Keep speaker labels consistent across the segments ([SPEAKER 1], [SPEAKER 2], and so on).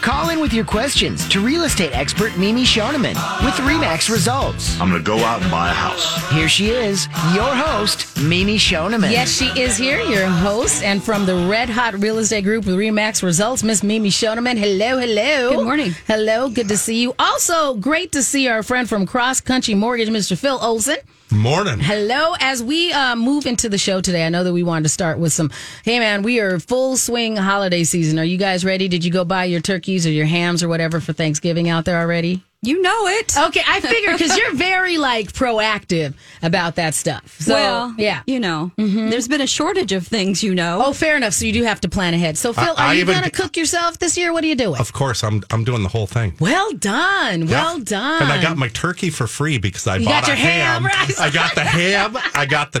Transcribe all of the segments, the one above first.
[SPEAKER 1] Call in with your questions to real estate expert Mimi Shoneman with Remax Results.
[SPEAKER 2] I'm going to go out and buy a house.
[SPEAKER 1] Here she is, your host, Mimi Shoneman.
[SPEAKER 3] Yes, she is here, your host, and from the Red Hot Real Estate Group with Remax Results, Miss Mimi Shoneman. Hello, hello.
[SPEAKER 4] Good morning.
[SPEAKER 3] Hello, good to see you. Also, great to see our friend from Cross Country Mortgage, Mr. Phil Olson.
[SPEAKER 5] Morning.
[SPEAKER 3] Hello. As we uh, move into the show today, I know that we wanted to start with some. Hey, man, we are full swing holiday season. Are you guys ready? Did you go buy your turkeys or your hams or whatever for Thanksgiving out there already?
[SPEAKER 4] You know it.
[SPEAKER 3] Okay, I figure because you're very like proactive about that stuff. So,
[SPEAKER 4] well,
[SPEAKER 3] yeah.
[SPEAKER 4] You know, there's been a shortage of things, you know.
[SPEAKER 3] Oh, fair enough. So you do have to plan ahead. So Phil,
[SPEAKER 5] I-
[SPEAKER 3] are
[SPEAKER 5] I
[SPEAKER 3] you
[SPEAKER 5] even-
[SPEAKER 3] going to cook yourself this year? What are you doing?
[SPEAKER 5] Of course, I'm I'm doing the whole thing.
[SPEAKER 3] Well done.
[SPEAKER 5] Yeah.
[SPEAKER 3] Well done.
[SPEAKER 5] And I got my turkey for free because I
[SPEAKER 3] got
[SPEAKER 5] bought
[SPEAKER 3] your
[SPEAKER 5] a
[SPEAKER 3] ham,
[SPEAKER 5] ham.
[SPEAKER 3] right?
[SPEAKER 5] I got the ham. I got the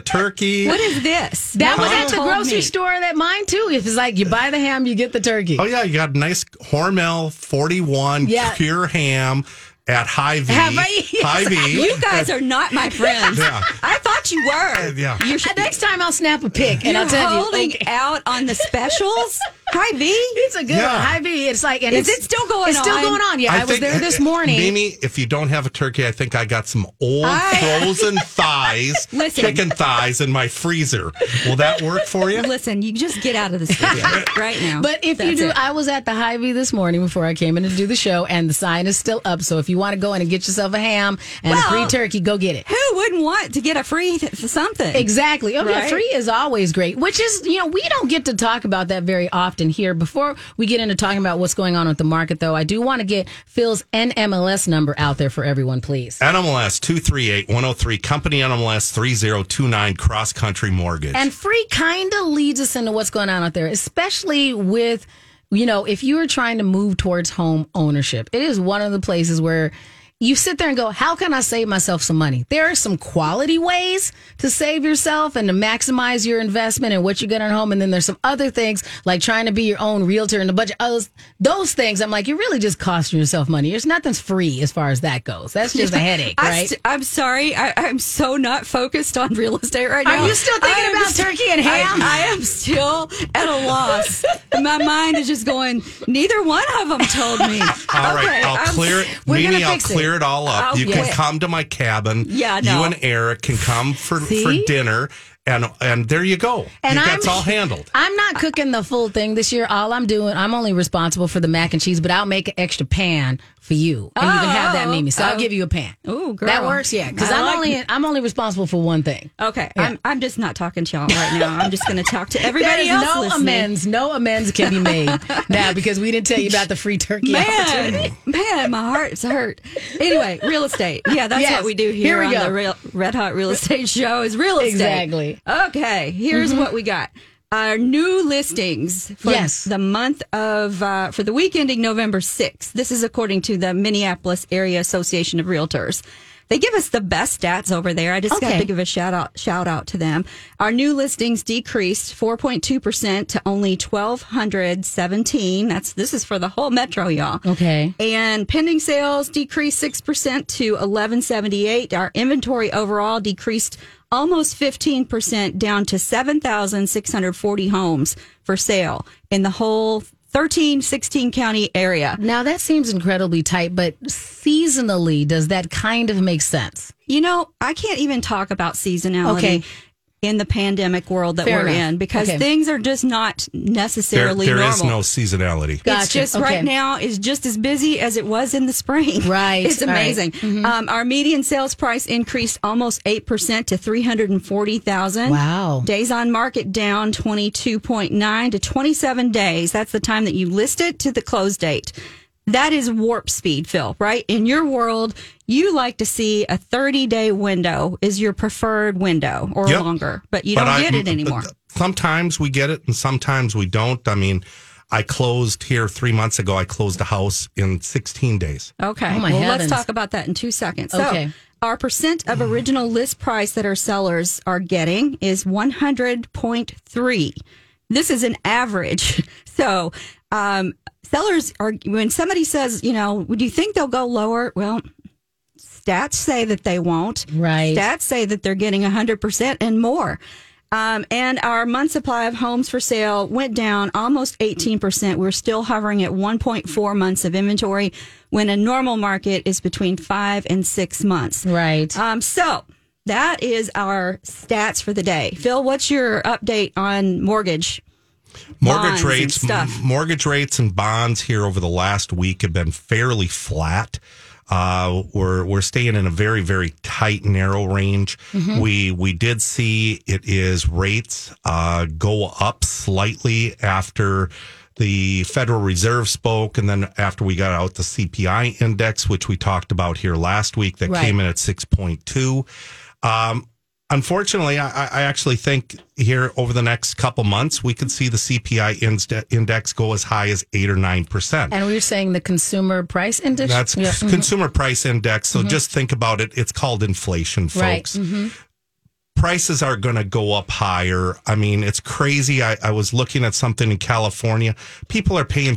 [SPEAKER 5] turkey.
[SPEAKER 4] what is this?
[SPEAKER 3] that
[SPEAKER 4] No
[SPEAKER 3] was
[SPEAKER 4] one
[SPEAKER 3] at the
[SPEAKER 4] told
[SPEAKER 3] grocery
[SPEAKER 4] me.
[SPEAKER 3] store that mine too. If it's like you buy the ham, you get the turkey.
[SPEAKER 5] Oh yeah, you got a nice Hormel 41
[SPEAKER 3] Yeah.
[SPEAKER 5] pure ham at High V.
[SPEAKER 3] Have I- Yes.
[SPEAKER 5] High V.
[SPEAKER 4] You guys are not my friends.
[SPEAKER 5] Yeah.
[SPEAKER 4] I thought you were.
[SPEAKER 5] Yeah.
[SPEAKER 4] You're,
[SPEAKER 3] Uh, Next time I'll snap a pic and
[SPEAKER 4] you're
[SPEAKER 3] I'll tell you.
[SPEAKER 4] holding
[SPEAKER 3] okay.
[SPEAKER 4] out on the specials. Hi, V.
[SPEAKER 3] It's a good
[SPEAKER 5] Yeah.
[SPEAKER 3] one. High V. It's like, and
[SPEAKER 4] Is
[SPEAKER 3] it's,
[SPEAKER 4] it still going
[SPEAKER 3] It's still
[SPEAKER 4] on?
[SPEAKER 3] going on. Yeah, I, was
[SPEAKER 5] think- uh,
[SPEAKER 3] there this morning.
[SPEAKER 5] Mimi, if you don't have a turkey, I think I got some old
[SPEAKER 4] I-
[SPEAKER 5] frozen thighs,
[SPEAKER 4] Listen.
[SPEAKER 5] chicken thighs in my freezer. Will that work for you?
[SPEAKER 4] Listen, you just get out of this video right now.
[SPEAKER 3] But if you
[SPEAKER 4] That's
[SPEAKER 3] do,
[SPEAKER 4] it.
[SPEAKER 3] I was at the Hy-Vee this morning before I came in to do the show, and the sign is still up. So if you want to go in and get yourself a ham and a free
[SPEAKER 4] Well-
[SPEAKER 3] turkey, go get it.
[SPEAKER 4] who wouldn't want to get a free th- something?
[SPEAKER 3] Exactly. Oh, yeah.
[SPEAKER 4] Right?
[SPEAKER 3] Free is always great, which is, you know, we don't get to talk about that very often here. Before we get into talking about what's going on with the market, though, I do want to get Phil's NMLS number out there for everyone, please.
[SPEAKER 5] NMLS 238-103, company NMLS 3029, cross country mortgage.
[SPEAKER 3] And free kind of leads us into what's going on out there, especially with, you know, if you are trying to move towards home ownership, it is one of the places where you sit there and go, how can I save myself some money? There are some quality ways to save yourself and to maximize your investment and what you get on home. And then there's some other things like trying to be your own realtor and a bunch of others. Those things, I'm like, you're really just costing yourself money. There's nothing's free as far as that goes. That's just a headache,
[SPEAKER 4] I
[SPEAKER 3] right?
[SPEAKER 4] st- I'm sorry. I, I'm so not focused on real estate right
[SPEAKER 3] Are
[SPEAKER 4] now.
[SPEAKER 3] you still thinking
[SPEAKER 4] I am
[SPEAKER 3] about turkey and ham?
[SPEAKER 4] I, I am still at a loss. My mind is just going. Neither one of them told me.
[SPEAKER 5] All right,
[SPEAKER 4] Okay,
[SPEAKER 5] I'll
[SPEAKER 4] I'm-
[SPEAKER 5] clear it.
[SPEAKER 3] we're
[SPEAKER 5] Mimi,
[SPEAKER 3] gonna
[SPEAKER 5] I'll
[SPEAKER 3] fix it.
[SPEAKER 5] clear it, all up.
[SPEAKER 4] I'll
[SPEAKER 5] you
[SPEAKER 4] quit.
[SPEAKER 5] can come to my cabin.
[SPEAKER 4] Yeah,
[SPEAKER 5] you
[SPEAKER 4] no.
[SPEAKER 5] and Eric can come for, for
[SPEAKER 3] See?
[SPEAKER 5] dinner, and and there you go.
[SPEAKER 3] And
[SPEAKER 5] you,
[SPEAKER 3] I'm-
[SPEAKER 5] that's all handled.
[SPEAKER 3] I'm not cooking the full thing this year. All I'm doing, I'm only responsible for the mac and cheese, but I'll make an extra pan for you, and you can have that,
[SPEAKER 4] Oh,
[SPEAKER 3] Mimi. So I'll
[SPEAKER 4] oh.
[SPEAKER 3] give you a pan.
[SPEAKER 4] Ooh, girl.
[SPEAKER 3] that works, yeah. Because
[SPEAKER 4] I
[SPEAKER 3] I'm
[SPEAKER 4] like-
[SPEAKER 3] only I'm only responsible for one thing.
[SPEAKER 4] Okay, I'm, I'm just not talking to y'all right now. I'm just going to talk to everybody
[SPEAKER 3] there is
[SPEAKER 4] else.
[SPEAKER 3] no
[SPEAKER 4] listening.
[SPEAKER 3] amends. No amends can be made now because we didn't tell you about the free turkey. opportunity.
[SPEAKER 4] Man, man, my heart's hurt. Anyway, real estate. Yeah, that's
[SPEAKER 3] Yes.
[SPEAKER 4] what we do
[SPEAKER 3] Here
[SPEAKER 4] here,
[SPEAKER 3] we
[SPEAKER 4] on
[SPEAKER 3] go.
[SPEAKER 4] the real, Red Hot Real Estate Show is real estate.
[SPEAKER 3] Exactly. Mm-hmm.
[SPEAKER 4] Okay, here's what we got. Our new listings for
[SPEAKER 3] Yes.
[SPEAKER 4] the month of, uh, for the week ending November 6th. This is according to the Minneapolis Area Association of Realtors. They give us the best stats over there. I just
[SPEAKER 3] Okay.
[SPEAKER 4] got to give a shout out, shout out to them. Our new listings decreased 4.2% to only 1,217. That's, this is for the whole metro, y'all.
[SPEAKER 3] Okay.
[SPEAKER 4] And pending sales decreased 6% to 1178. Our inventory overall decreased almost 15% down to 7,640 homes for sale in the whole 13, 16 county area.
[SPEAKER 3] Now that seems incredibly tight, but seasonally, does that kind of make sense?
[SPEAKER 4] You know, I can't even talk about seasonality.
[SPEAKER 3] Okay.
[SPEAKER 4] In the pandemic world that
[SPEAKER 3] Fair
[SPEAKER 4] we're
[SPEAKER 3] enough.
[SPEAKER 4] in, because
[SPEAKER 3] Okay.
[SPEAKER 4] things are just not
[SPEAKER 5] There,
[SPEAKER 4] necessarily
[SPEAKER 5] there
[SPEAKER 4] normal.
[SPEAKER 5] is no seasonality.
[SPEAKER 4] It's
[SPEAKER 3] Gotcha.
[SPEAKER 4] just
[SPEAKER 3] Okay.
[SPEAKER 4] right now is just as busy as it was in the spring.
[SPEAKER 3] Right.
[SPEAKER 4] It's
[SPEAKER 3] All right. Mm-hmm.
[SPEAKER 4] amazing. Um, our median sales price increased almost eight percent to three hundred and forty thousand.
[SPEAKER 3] Wow.
[SPEAKER 4] Days on market down twenty two point nine to twenty seven days. That's the time that you list it to the close date. That is warp speed, Phil, right? In your world, you like to see a 30 day window is your preferred window or
[SPEAKER 5] Yep.
[SPEAKER 4] longer, but you
[SPEAKER 5] But
[SPEAKER 4] don't
[SPEAKER 5] I-
[SPEAKER 4] get it anymore.
[SPEAKER 5] Sometimes we get it, and sometimes we don't. I mean, I closed here three months ago. I closed a house in 16 days.
[SPEAKER 4] Okay.
[SPEAKER 3] Oh, my
[SPEAKER 4] well,
[SPEAKER 3] heavens.
[SPEAKER 4] let's talk about that in two seconds.
[SPEAKER 3] Okay.
[SPEAKER 4] So, our percent of original list price that our sellers are getting is 100.3. This is an average. So, um, sellers are when somebody says, you know, do you think they'll go lower? Well, stats say that they won't.
[SPEAKER 3] Right.
[SPEAKER 4] Stats say that they're getting 100% and more. Um, and our month supply of homes for sale went down almost 18%. We're still hovering at 1.4 months of inventory when a normal market is between five and six months.
[SPEAKER 3] Right.
[SPEAKER 4] Um, so that is our stats for the day. Phil, what's your update on mortgage? Bonds
[SPEAKER 5] Mortgage
[SPEAKER 4] and
[SPEAKER 5] rates,
[SPEAKER 4] stuff.
[SPEAKER 5] m- mortgage rates, and bonds here over the last week have been fairly flat. Uh, we're we're staying in a very very tight narrow range.
[SPEAKER 4] Mm-hmm.
[SPEAKER 5] We we did see it is rates uh, go up slightly after the Federal Reserve spoke, and then after we got out the CPI index, which we talked about here last week, that
[SPEAKER 3] Right.
[SPEAKER 5] came in at six point two. Um, unfortunately, I, I- I actually think here over the next couple months, we could see the CPI inst- index go as high as eight or nine percent.
[SPEAKER 3] And we were saying the consumer price index.
[SPEAKER 5] That's
[SPEAKER 3] Yeah. mm-hmm.
[SPEAKER 5] c- consumer price index. So just think about it. It's called inflation,
[SPEAKER 3] Right. Mm-hmm.
[SPEAKER 5] folks. Prices are going to go up higher. I mean, it's crazy. I, I was looking at something in California. People are paying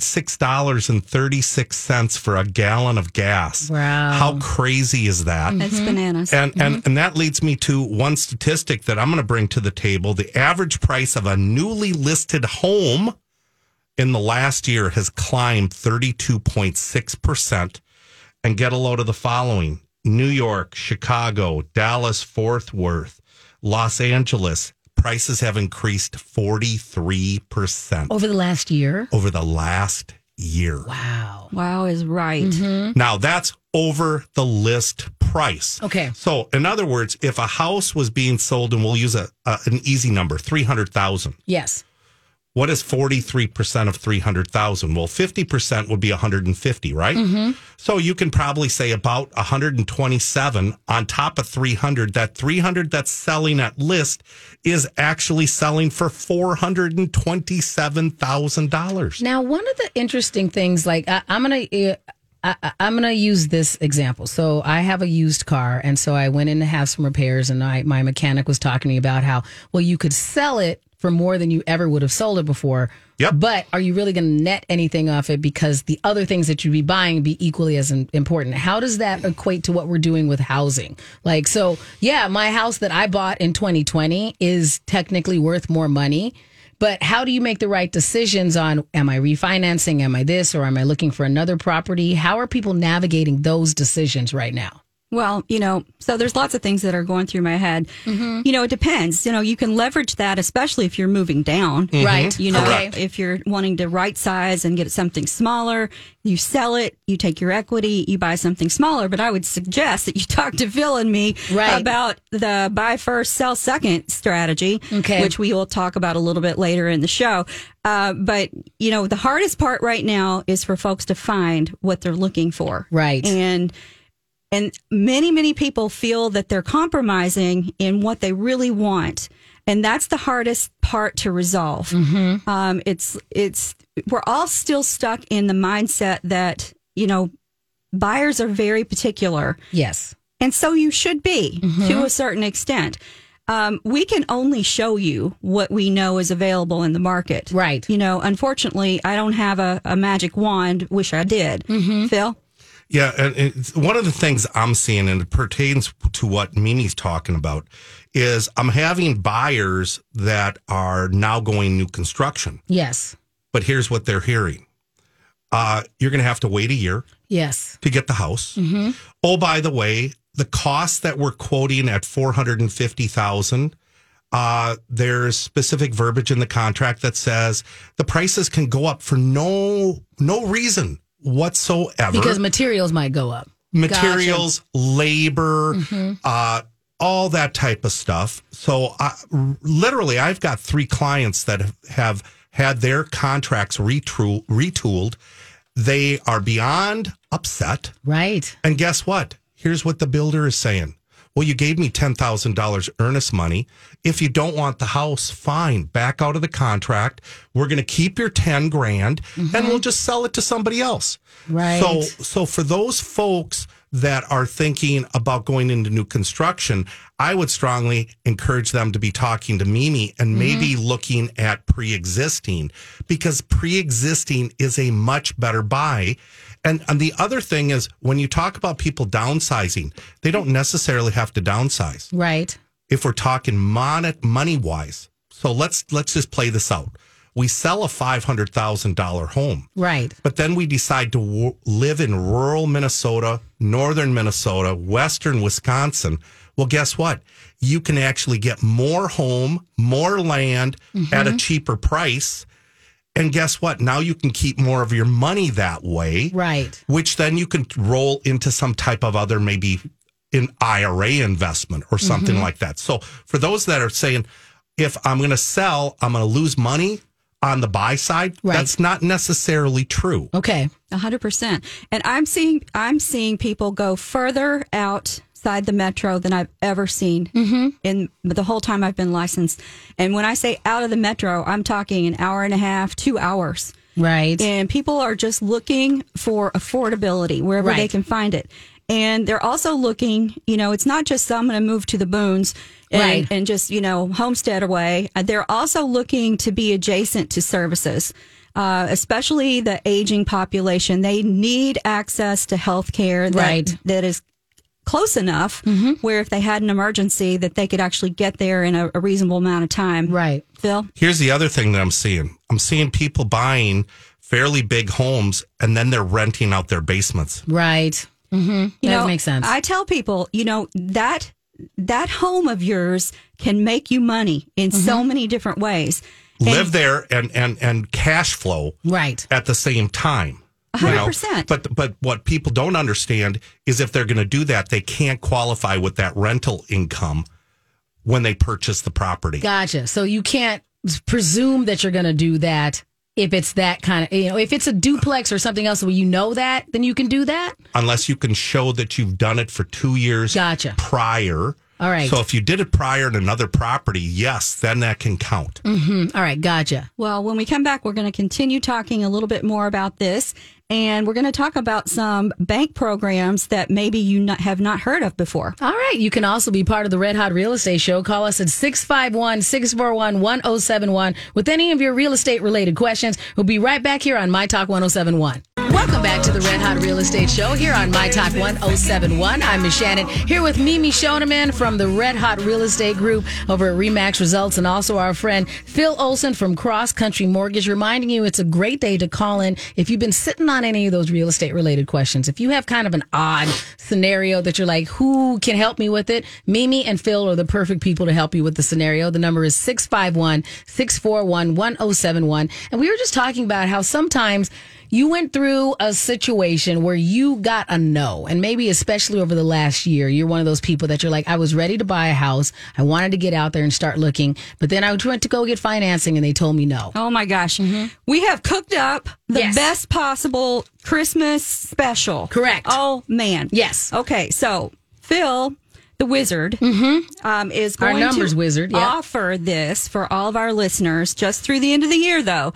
[SPEAKER 5] $6.36 for a gallon of gas.
[SPEAKER 3] Wow. Mm-hmm.
[SPEAKER 5] How crazy is that?
[SPEAKER 4] That's bananas.
[SPEAKER 5] And, and and that leads me to one statistic that I'm going to bring to the table. The average price of a newly listed home in the last year has climbed 32.6% and get a load of the following. New York, Chicago, Dallas, Fort Worth, Los Angeles, prices have increased 43%
[SPEAKER 3] Over the last year.
[SPEAKER 5] over the last year.
[SPEAKER 3] Wow. Mm-hmm.
[SPEAKER 4] wow is right.
[SPEAKER 5] Now that's over the list price.
[SPEAKER 3] Okay.
[SPEAKER 5] So in other words, if a house was being sold, and we'll use a, a an easy number, three hundred thousand.
[SPEAKER 3] Yes.
[SPEAKER 5] What is forty three percent of three hundred thousand? Well, fifty percent would be one hundred and fifty, right? So you can probably say about one hundred and twenty seven on top of three hundred. That three hundred that's selling at list is actually selling for four hundred and twenty seven thousand dollars.
[SPEAKER 3] Now, one of the interesting things, like I, I'm gonna, uh, I, I- I'm gonna use this example. So I have a used car, and so I went in to have some repairs, and I, my mechanic was talking to me about how well you could sell it for more than you ever would have sold it before.
[SPEAKER 5] Yep.
[SPEAKER 3] But are you really going to net anything off it because the other things that you'd be buying be equally as im- important? How does that equate to what we're doing with housing? Like, so yeah, my house that I bought in 2020 is technically worth more money, but how do you make the right decisions on am I refinancing? Am I this or am I looking for another property? How are people navigating those decisions right now?
[SPEAKER 4] Well, you know, so there's lots of things that are going through my head.
[SPEAKER 3] Mm-hmm.
[SPEAKER 4] You know, it depends. You know, you can leverage that, especially if you're moving down.
[SPEAKER 3] Mm-hmm. Right.
[SPEAKER 4] You know,
[SPEAKER 3] Okay.
[SPEAKER 4] if you're wanting to right size and get something smaller, you sell it, you take your equity, you buy something smaller. But I would suggest that you talk to Phil and me
[SPEAKER 3] Right.
[SPEAKER 4] about the buy first, sell second strategy,
[SPEAKER 3] Okay.
[SPEAKER 4] which we will talk about a little bit later in the show. Uh, but, you know, the hardest part right now is for folks to find what they're looking for.
[SPEAKER 3] Right.
[SPEAKER 4] And, and many, many people feel that they're compromising in what they really want. And that's the hardest part to resolve.
[SPEAKER 3] Mm-hmm.
[SPEAKER 4] Um, it's, it's, we're all still stuck in the mindset that, you know, buyers are very particular.
[SPEAKER 3] Yes.
[SPEAKER 4] And so you should be
[SPEAKER 3] Mm-hmm.
[SPEAKER 4] to a certain extent. Um, we can only show you what we know is available in the market.
[SPEAKER 3] Right.
[SPEAKER 4] You know, unfortunately, I don't have a, a magic wand. Wish I did.
[SPEAKER 3] Mm-hmm.
[SPEAKER 4] Phil?
[SPEAKER 5] Yeah, and it's, one of the things I'm seeing, and it pertains to what Mimi's talking about, is I'm having buyers that are now going new construction.
[SPEAKER 3] Yes.
[SPEAKER 5] But here's what they're hearing: uh, you're going to have to wait a year
[SPEAKER 3] Yes.
[SPEAKER 5] to get the house. Oh, by the way, the cost that we're quoting at four hundred and fifty thousand. Uh, there's specific verbiage in the contract that says the prices can go up for no no reason whatsoever
[SPEAKER 3] Because materials might go up.
[SPEAKER 5] materials, labor, uh, all that type of stuff. So, I, r- literally, I've got three clients that have- have had their contracts retool, retooled. They are beyond upset.
[SPEAKER 3] Right.
[SPEAKER 5] And guess what? Here's what the builder is saying. Well, you gave me $10,000 earnest money. If you don't want the house, fine, back out of the contract. We're going to keep your 10 grand and we'll just sell it to somebody else.
[SPEAKER 3] Right.
[SPEAKER 5] So so for those folks that are thinking about going into new construction, I would strongly encourage them to be talking to Mimi and maybe looking at pre existing because pre existing is a much better buy. And, and the other thing is when you talk about people downsizing, they don't necessarily have to downsize
[SPEAKER 3] Right.
[SPEAKER 5] if we're talking mon- money wise. So let's let's just play this out. We sell a five hundred thousand dollar home,
[SPEAKER 3] Right.
[SPEAKER 5] but then we decide to w- live in rural Minnesota, northern Minnesota, western Wisconsin. Well, guess what? You can actually get more home, more land at a cheaper price. And guess what? Now you can keep more of your money that way
[SPEAKER 3] Right.
[SPEAKER 5] which then you can roll into some type of other maybe an IRA investment or something like that. So for those that are saying, if I'm going to sell, I'm going to lose money on the buy side,
[SPEAKER 3] Right.
[SPEAKER 5] that's not necessarily true.
[SPEAKER 3] Okay.
[SPEAKER 4] hundred percent. And I'm seeing I'm seeing people go further outside the metro than I've ever seen in the whole time I've been licensed. And when I say out of the metro, I'm talking an hour and a half, two hours.
[SPEAKER 3] Right.
[SPEAKER 4] And people are just looking for affordability wherever they
[SPEAKER 3] Right.
[SPEAKER 4] can find it. And they're also looking, you know, it's not just I'm going to move to the boons and,
[SPEAKER 3] Right.
[SPEAKER 4] and just, you know, homestead away. Uh, They're also looking to be adjacent to services, uh, especially the aging population. They need access to health care that,
[SPEAKER 3] Right. Mm-hmm.
[SPEAKER 4] that is close enough where if they had an emergency that they could actually get there in a, a reasonable amount of time.
[SPEAKER 3] right.
[SPEAKER 4] Phil?
[SPEAKER 5] Here's the other thing that I'm seeing I'm seeing people buying fairly big homes and then they're renting out their basements.
[SPEAKER 3] Right. Mm-hmm.
[SPEAKER 4] you
[SPEAKER 3] that
[SPEAKER 4] know,
[SPEAKER 3] makes sense.
[SPEAKER 4] I tell people, you know, that that home of yours can make you money in
[SPEAKER 3] Mm-hmm.
[SPEAKER 4] so many different ways.
[SPEAKER 5] Live there and, and, and cash flow
[SPEAKER 3] right.
[SPEAKER 5] at the same time. you
[SPEAKER 4] hundred
[SPEAKER 5] know?
[SPEAKER 4] percent.
[SPEAKER 5] But but what people don't understand is if they're going to do that, they can't qualify with that rental income when they purchase the property.
[SPEAKER 3] Gotcha. So you can't presume that you're going to do that if it's that kind of, you know, if it's a duplex or something else where you know that, then you can do that.
[SPEAKER 5] Unless you can show that you've done it for two years
[SPEAKER 3] Gotcha.
[SPEAKER 5] prior.
[SPEAKER 3] All right.
[SPEAKER 5] So if you did it prior in another property, yes, then that can count.
[SPEAKER 3] Mm, All right. Gotcha.
[SPEAKER 4] Well, when we come back, we're going to continue talking a little bit more about this, and we're going to talk about some bank programs that maybe you not, have not heard of before.
[SPEAKER 3] All right. You can also be part of the Red Hot Real Estate Show. Call us at 651 641 1071 with any of your real estate related questions. We'll be right back here on My Talk 1071. Welcome back to the Red Hot Real Estate Show here on My Talk 1071. I'm Miss Shannon here with Mimi Shoneman from the Red Hot Real Estate Group over at Remax Results and also our friend Phil Olson from Cross Country Mortgage reminding you it's a great day to call in if you've been sitting on any of those real estate related questions. If you have kind of an odd scenario that you're like, who can help me with it? Mimi and Phil are the perfect people to help you with the scenario. The number is 651 641 1071. And we were just talking about how sometimes you went through a situation where you got a no, and maybe especially over the last year, you're one of those people that you're like, I was ready to buy a house. I wanted to get out there and start looking, but then I went to go get financing and they told me no.
[SPEAKER 4] Oh my gosh, we have cooked up the
[SPEAKER 3] Mm-hmm. Yes.
[SPEAKER 4] best possible Christmas special.
[SPEAKER 3] Correct.
[SPEAKER 4] Oh man.
[SPEAKER 3] Yes.
[SPEAKER 4] Okay, so Phil, the wizard, um, is
[SPEAKER 3] Mm-hmm. Our
[SPEAKER 4] going
[SPEAKER 3] numbers
[SPEAKER 4] to
[SPEAKER 3] wizard, yep.
[SPEAKER 4] offer this for all of our listeners just through the end of the year, though.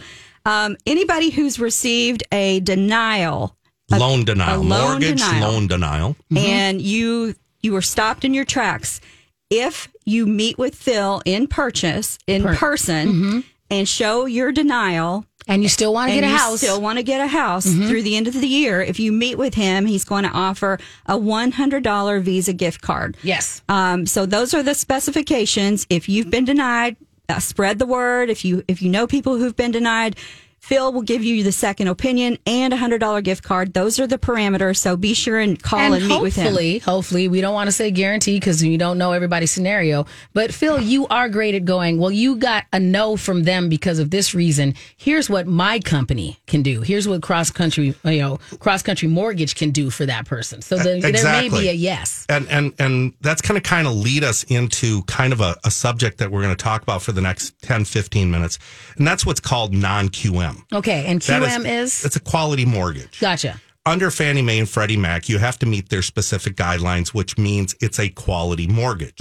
[SPEAKER 4] Um, anybody who's received a denial
[SPEAKER 5] loan
[SPEAKER 4] a
[SPEAKER 5] denial,
[SPEAKER 4] loan
[SPEAKER 5] mortgage
[SPEAKER 4] denial.
[SPEAKER 5] loan denial.
[SPEAKER 3] Mm-hmm.
[SPEAKER 4] and you you were stopped in your tracks, if you meet with Phil in purchase in person
[SPEAKER 3] Mm-hmm.
[SPEAKER 4] and show your denial,
[SPEAKER 3] And you still want to
[SPEAKER 4] and
[SPEAKER 3] get a
[SPEAKER 4] you
[SPEAKER 3] house. Mm-hmm.
[SPEAKER 4] still want to get a house through the end of the year, if you meet with him, he's going to offer a one hundred dollar Visa gift card.
[SPEAKER 3] yes.
[SPEAKER 4] Um, so those are the specifications. If you've been denied, uh, spread the word. If you if you know people who've been denied, Phil will give you the second opinion and a hundred dollar gift card. Those are the parameters. So be sure and call and,
[SPEAKER 3] and
[SPEAKER 4] meet with him.
[SPEAKER 3] hopefully, hopefully, we don't want to say guarantee because you don't know everybody's scenario. But Phil, you are great at going. Well, you got a no from them because of this reason. Here's what my company can do. Here's what cross country, you know, cross country mortgage can do for that person. So the, there may
[SPEAKER 5] E, exactly.
[SPEAKER 3] be a yes.
[SPEAKER 5] and and and that's kind of kind of lead us into kind of a, a subject that we're going to talk about for the next 10 15 minutes and that's what's called non-qm
[SPEAKER 3] Okay, and
[SPEAKER 5] That
[SPEAKER 3] QM is,
[SPEAKER 5] it's a quality mortgage
[SPEAKER 3] gotcha.
[SPEAKER 5] under fannie mae and
[SPEAKER 3] Mm-hmm.
[SPEAKER 5] freddie mac you have to meet their specific guidelines which means it's a quality mortgage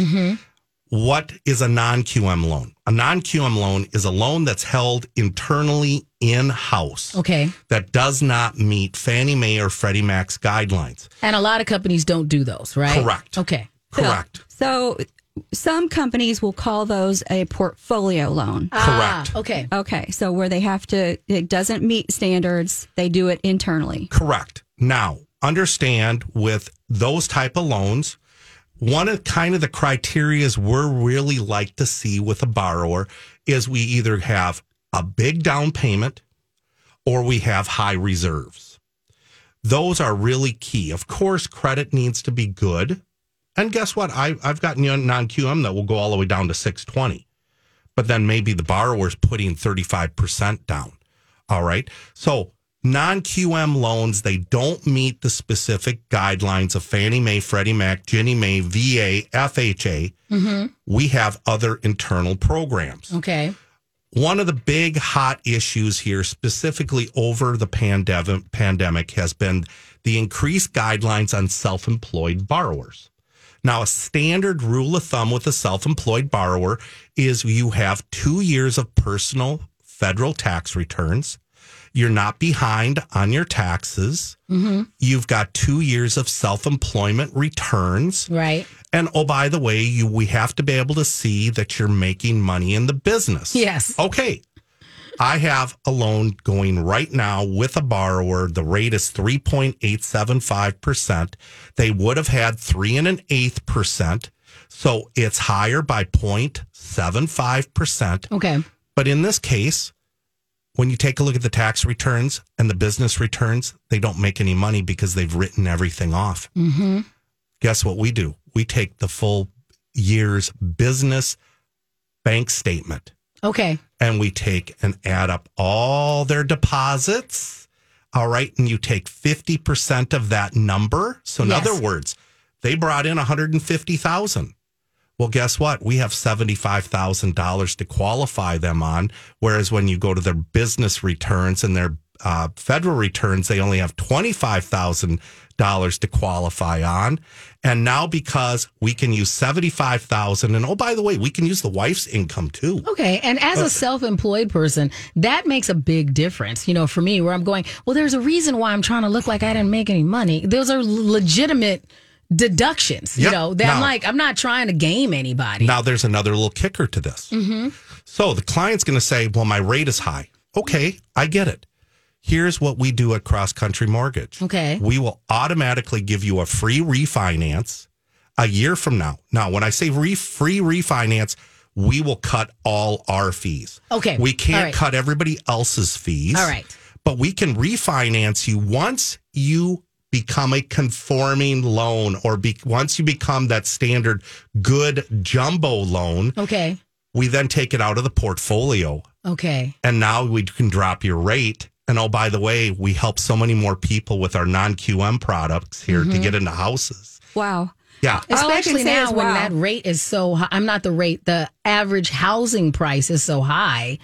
[SPEAKER 5] what is a non QM loan? A non QM loan is a loan that's held internally in house
[SPEAKER 3] Okay.
[SPEAKER 5] that does not meet Fannie Mae or Freddie Mac's guidelines.
[SPEAKER 3] And a lot of companies don't do those, right?
[SPEAKER 5] Correct.
[SPEAKER 3] Okay.
[SPEAKER 5] Correct.
[SPEAKER 4] So some companies will call those a portfolio loan.
[SPEAKER 5] Correct.
[SPEAKER 3] Ah, okay.
[SPEAKER 4] Okay, so where they have to, it doesn't meet standards, they do it internally.
[SPEAKER 5] Correct. Now, understand with those type of loans, one of kind of the criterias we're really like to see with a borrower is we either have a big down payment or we have high reserves. Those are really key. Of course, credit needs to be good. And guess what? I, I've got non QM that will go all the way down to 620 but then maybe the borrower's putting 35% down. All right. So non QM loans, they don't meet the specific guidelines of Fannie Mae, Freddie Mac, Ginnie Mae, VA, FHA. We have other internal programs.
[SPEAKER 3] Okay.
[SPEAKER 5] One of the big hot issues here, specifically over the pandemic, pandemic has been the increased guidelines on self employed borrowers. Now, a standard rule of thumb with a self employed borrower is you have two years of personal federal tax returns. You're not behind on your taxes. You've got two years of self employment returns.
[SPEAKER 3] Right.
[SPEAKER 5] And oh, by the way, you we have to be able to see that you're making money in the business.
[SPEAKER 3] Yes.
[SPEAKER 5] Okay. I have a loan going right now with a borrower. The rate is 3.875%. They would have had three and an eighth percent. So it's higher by 0.75%.
[SPEAKER 3] Okay.
[SPEAKER 5] But in this case, when you take a look at the tax returns and the business returns, they don't make any money because they've written everything off. Mm-hmm. Guess what we do? We take the full year's business bank statement
[SPEAKER 3] Okay.
[SPEAKER 5] and we take and add up all their deposits. All right. And you take 50% of that number. So, in
[SPEAKER 3] Yes.
[SPEAKER 5] other words, they brought in 150,000. Well, guess what? We have $75,000 to qualify them on. Whereas when you go to their business returns and their uh, federal returns, they only have $25,000 to qualify on. And now because we can use 75,000 and oh, by the way, we can use the wife's income too.
[SPEAKER 3] Okay. And as a self employed person, that makes a big difference, you know, for me, where I'm going, well, there's a reason why I'm trying to look like I didn't make any money. Those are legitimate deductions, you
[SPEAKER 5] Yep.
[SPEAKER 3] know, that I'm
[SPEAKER 5] No.
[SPEAKER 3] like, I'm not trying to game anybody.
[SPEAKER 5] Now there's another little kicker to this.
[SPEAKER 3] Mm-hmm.
[SPEAKER 5] So the client's going to say, "Well, my rate is high." Okay, I get it. Here's what we do at Cross Country Mortgage.
[SPEAKER 3] Okay.
[SPEAKER 5] we will automatically give you a free refinance a year from now. Now, when I say re- free refinance, we will cut all our fees.
[SPEAKER 3] Okay.
[SPEAKER 5] we can't
[SPEAKER 3] All right.
[SPEAKER 5] cut everybody else's fees.
[SPEAKER 3] All right.
[SPEAKER 5] but we can refinance you once you become a conforming loan or be, once you become that standard good jumbo loan
[SPEAKER 3] Okay.
[SPEAKER 5] we then take it out of the portfolio
[SPEAKER 3] Okay.
[SPEAKER 5] and now we can drop your rate and oh by the way we help so many more people with our non-qm products here to get into houses
[SPEAKER 4] Wow.
[SPEAKER 5] yeah
[SPEAKER 4] All I can
[SPEAKER 3] Especially
[SPEAKER 4] say
[SPEAKER 3] now
[SPEAKER 4] Mm-hmm. is
[SPEAKER 3] when
[SPEAKER 4] wow.
[SPEAKER 3] that rate is so high. I'm not the rate, the average housing price is so high.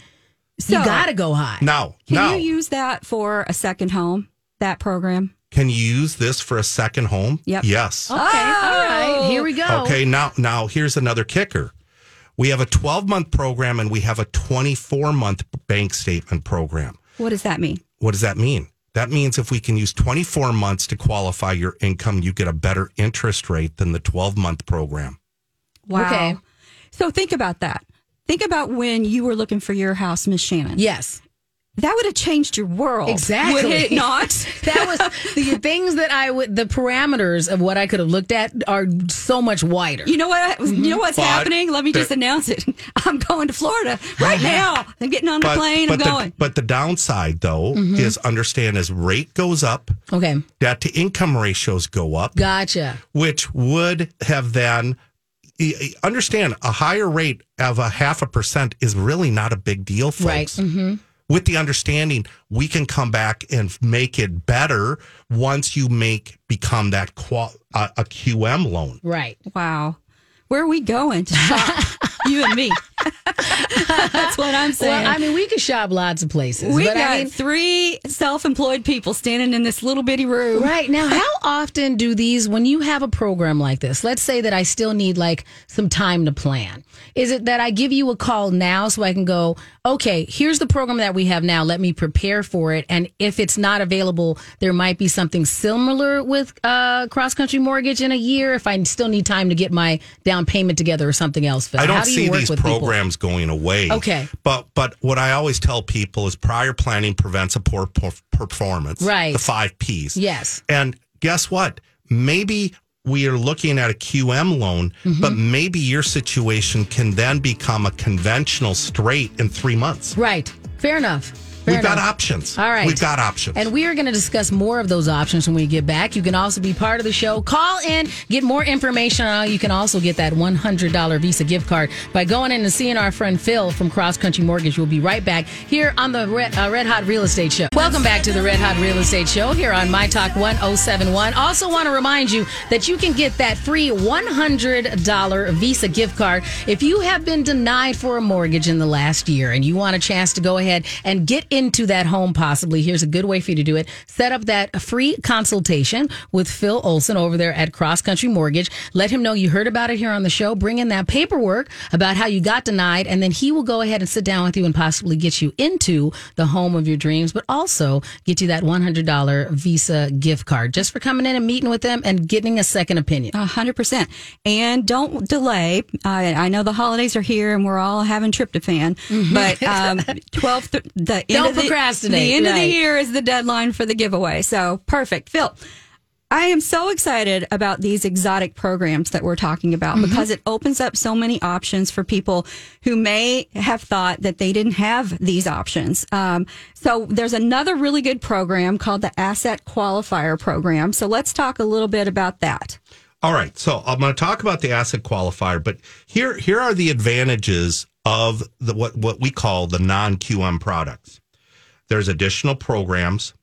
[SPEAKER 4] So
[SPEAKER 3] you got to go high.
[SPEAKER 5] now
[SPEAKER 4] Can
[SPEAKER 5] now
[SPEAKER 4] you use that for a second home, that program?
[SPEAKER 5] can you use this for a second home
[SPEAKER 4] Yep. Oh,
[SPEAKER 5] yes
[SPEAKER 3] Okay. All right. Here we go.
[SPEAKER 5] okay now now here's another kicker we have a 12 month program and we have a 24 month bank statement program
[SPEAKER 4] What does that mean?
[SPEAKER 5] what does that mean? That means if we can use 24 months to qualify your income, you get a better interest rate than the 12 month program.
[SPEAKER 4] Wow.
[SPEAKER 3] Okay.
[SPEAKER 4] So think about that. Think about when you were looking for your house, Miss Shannon.
[SPEAKER 3] Yes.
[SPEAKER 4] That would have changed your world.
[SPEAKER 3] Exactly.
[SPEAKER 4] Would it not?
[SPEAKER 3] That was the things that I would, the parameters of what I could have looked at are so much wider.
[SPEAKER 4] You know what? You know what's
[SPEAKER 5] Mm-hmm. But-
[SPEAKER 4] happening? Let me just announce it. I'm going to Florida right now. I'm getting on the plane. I'm
[SPEAKER 5] but,
[SPEAKER 4] going. Mm-hmm.
[SPEAKER 5] The, but the downside, though, is understand as rate goes up,
[SPEAKER 3] Okay.
[SPEAKER 5] debt to income ratios go up,
[SPEAKER 3] Gotcha.
[SPEAKER 5] which would have then y- y- understand a higher rate of a half a percent is really not a big deal, folks.
[SPEAKER 3] Right. mm-hmm.
[SPEAKER 5] with the understanding we can come back and make it better once you make become that qual- uh, a QM loan.
[SPEAKER 3] Right.
[SPEAKER 4] Wow. Where are we going to shop? you and me. That's what I'm saying.
[SPEAKER 3] Well, I mean, we could shop lots of places.
[SPEAKER 4] we
[SPEAKER 3] but
[SPEAKER 4] got
[SPEAKER 3] I mean,
[SPEAKER 4] three self-employed people standing in this little bitty room.
[SPEAKER 3] Right now, how often do these, when you have a program like this, let's say that I still need like some time to plan. Is it that I give you a call now so I can go, okay, here's the program that we have now. Let me prepare for it. And if it's not available, there might be something similar with uh, cross country mortgage in a year if I still need time to get my down payment together or something else. Phil.
[SPEAKER 5] I don't
[SPEAKER 3] how do
[SPEAKER 5] see
[SPEAKER 3] you work
[SPEAKER 5] these
[SPEAKER 3] with people?
[SPEAKER 5] programs going away.
[SPEAKER 3] Okay.
[SPEAKER 5] But but what I always tell people is prior planning prevents a poor, poor performance.
[SPEAKER 3] Right.
[SPEAKER 5] The five P's.
[SPEAKER 3] Yes.
[SPEAKER 5] And guess what? Maybe we are looking at a QM loan, but
[SPEAKER 3] Mm-hmm.
[SPEAKER 5] maybe your situation can then become a conventional straight in three months.
[SPEAKER 3] Right. Fair enough. Fair
[SPEAKER 5] We've got
[SPEAKER 3] enough.
[SPEAKER 5] options.
[SPEAKER 3] All right.
[SPEAKER 5] We've got options.
[SPEAKER 3] And we are going to discuss more of those options when we get back. You can also be part of the show. Call in, get more information on how you can also get that $100 Visa gift card by going in and seeing our friend Phil from Cross Country Mortgage. We'll be right back here on the Red, uh, Red Hot Real Estate Show. Welcome back to the Red Hot Real Estate Show here on My Talk 1071. Also, want to remind you that you can get that free $100 Visa gift card if you have been denied for a mortgage in the last year and you want a chance to go ahead and get into that home possibly. Here's a good way for you to do it. Set up that free consultation with Phil Olson over there at Cross Country Mortgage. Let him know you heard about it here on the show. Bring in that paperwork about how you got denied, and then he will go ahead and sit down with you and possibly get you into the home of your dreams, but also get you that $100 Visa gift card just for coming in and meeting with them and getting a second opinion.
[SPEAKER 4] A hundred percent. And don't delay. I, I know the holidays are here, and we're all having tryptophan. But um, twelve, th- the end
[SPEAKER 3] Mm-hmm. Don't
[SPEAKER 4] of the,
[SPEAKER 3] procrastinate,
[SPEAKER 4] The end of the
[SPEAKER 3] right.
[SPEAKER 4] year is the deadline for the giveaway. So perfect, Phil. I am so excited about these exotic programs that we're talking about
[SPEAKER 3] Mm-hmm.
[SPEAKER 4] because it opens up so many options for people who may have thought that they didn't have these options. Um, so there's another really good program called the Asset Qualifier Program. So let's talk a little bit about that.
[SPEAKER 5] All right, so I'm going to talk about the asset qualifier, but here here are the advantages of the what what we call the non QM products. There's additional programs.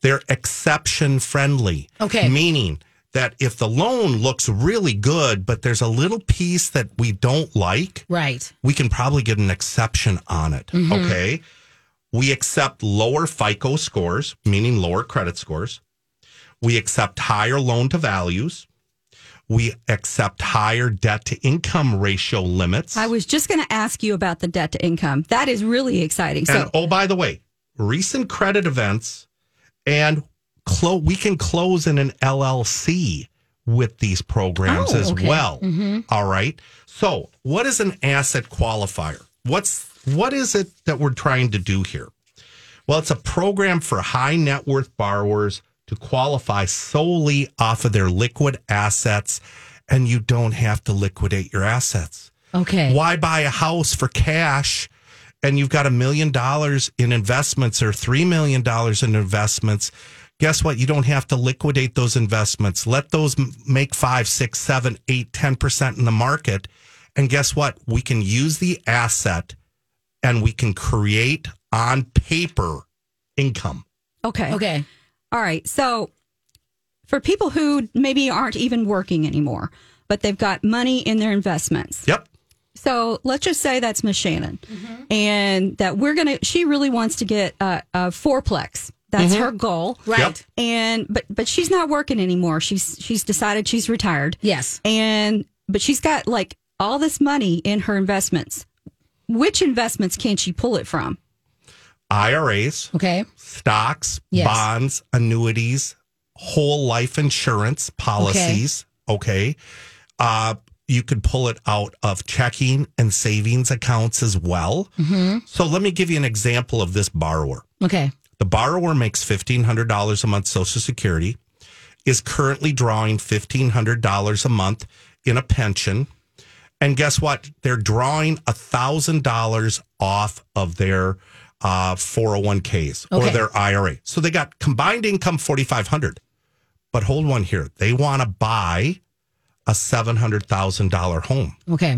[SPEAKER 5] They're exception friendly.
[SPEAKER 3] Okay.
[SPEAKER 5] meaning that if the loan looks really good, but there's a little piece that we don't like,
[SPEAKER 3] Right.
[SPEAKER 5] we can probably get an exception on it. Okay. We accept lower FICO scores, meaning lower credit scores. We accept higher loan to values. We accept higher debt to income ratio limits.
[SPEAKER 4] I was just going to ask you about the debt to income. That is really exciting. So,
[SPEAKER 5] and oh, by the way, recent credit events and clo- we can close in an LLC with these programs
[SPEAKER 3] Oh,
[SPEAKER 5] as
[SPEAKER 3] okay.
[SPEAKER 5] well. All right. So, what is an asset qualifier? What's what is it that we're trying to do here? Well, it's a program for high net worth borrowers to qualify solely off of their liquid assets and you don't have to liquidate your assets.
[SPEAKER 3] Okay.
[SPEAKER 5] Why buy a house for cash and you've got a million dollars in investments or three million dollars in investments? Guess what? You don't have to liquidate those investments. Let those m- make five, six, seven, eight, ten percent in the market. And guess what? We can use the asset and we can create on paper income.
[SPEAKER 4] okay.
[SPEAKER 3] Okay.
[SPEAKER 4] All right. So, for people who maybe aren't even working anymore, but they've got money in their investments.
[SPEAKER 5] Yep.
[SPEAKER 4] So, let's just say that's Miss Shannon and that we're going to, she really wants to get a, a fourplex. That's her goal.
[SPEAKER 3] Right.
[SPEAKER 5] Yep.
[SPEAKER 4] And, but, but she's not working anymore. She's, she's decided she's retired.
[SPEAKER 3] Yes.
[SPEAKER 4] and but she's got like all this money in her investments. Which investments can she pull it from?
[SPEAKER 5] IRAs,
[SPEAKER 3] Okay.
[SPEAKER 5] stocks,
[SPEAKER 3] Yes.
[SPEAKER 5] bonds, annuities, whole life insurance policies. Okay. Uh, you could pull it out of checking and savings accounts as well. So let me give you an example of this borrower.
[SPEAKER 3] Okay.
[SPEAKER 5] The borrower makes $1,500 a month Social Security, is currently drawing $1,500 a month in a pension. And guess what? They're drawing $1,000 off of their uh, 401ks or
[SPEAKER 3] Okay.
[SPEAKER 5] their IRA. So they got combined income 4500 But hold one here. They want to buy a $700,000 home.
[SPEAKER 3] Okay.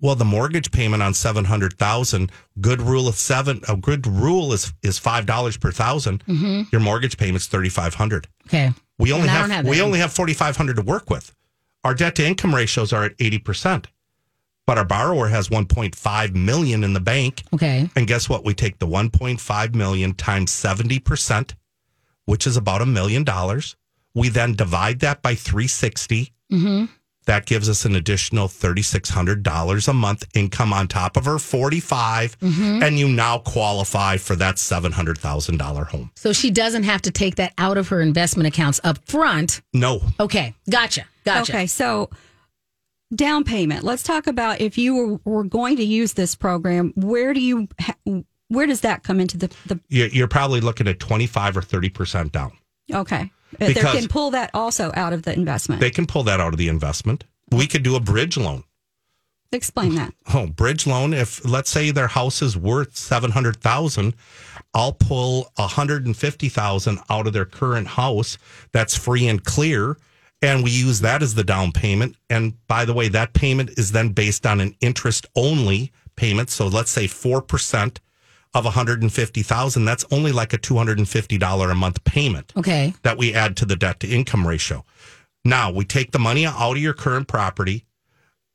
[SPEAKER 5] Well, the mortgage payment on seven hundred thousand, good rule of seven, a good rule is is five dollars per 1000 Your mortgage payment's thirty five hundred.
[SPEAKER 3] Okay.
[SPEAKER 5] We
[SPEAKER 3] Mm-hmm.
[SPEAKER 5] only
[SPEAKER 3] And I
[SPEAKER 5] have,
[SPEAKER 3] don't have
[SPEAKER 5] we
[SPEAKER 3] that.
[SPEAKER 5] only have forty five hundred to work with. Our debt to income ratios are at eighty percent. but our borrower has 1.5 million in the bank.
[SPEAKER 3] Okay.
[SPEAKER 5] And guess what? We take the 1.5 million times 70%, which is about a million dollars. We then divide that by 360. That gives us an additional $3,600 a month income on top of her 45. And you now qualify for that $700,000 home.
[SPEAKER 3] So she doesn't have to take that out of her investment accounts up front.
[SPEAKER 5] No,
[SPEAKER 3] Okay. Gotcha. Gotcha.
[SPEAKER 4] Okay, so down payment. Let's talk about if you were, were going to use this program, where do you ha- where does that come into the the
[SPEAKER 5] you're, you're probably looking at 25 or 30% down.
[SPEAKER 4] okay? They
[SPEAKER 5] Because-
[SPEAKER 4] can pull that also out of the investment.
[SPEAKER 5] They can pull that out of the investment. We could do a bridge loan.
[SPEAKER 4] Explain that.
[SPEAKER 5] Oh, bridge loan. If let's say their house is worth seven hundred thousand, I'll pull a hundred and fifty thousand out of their current house. That's free and clear, and we use that as the down payment. And by the way, that payment is then based on an interest only payment. So let's say four percent of one hundred and fifty thousand. That's only like a two hundred and fifty dollar a month payment
[SPEAKER 3] Okay.
[SPEAKER 5] that we add to the debt to income ratio. Now we take the money out of your current property.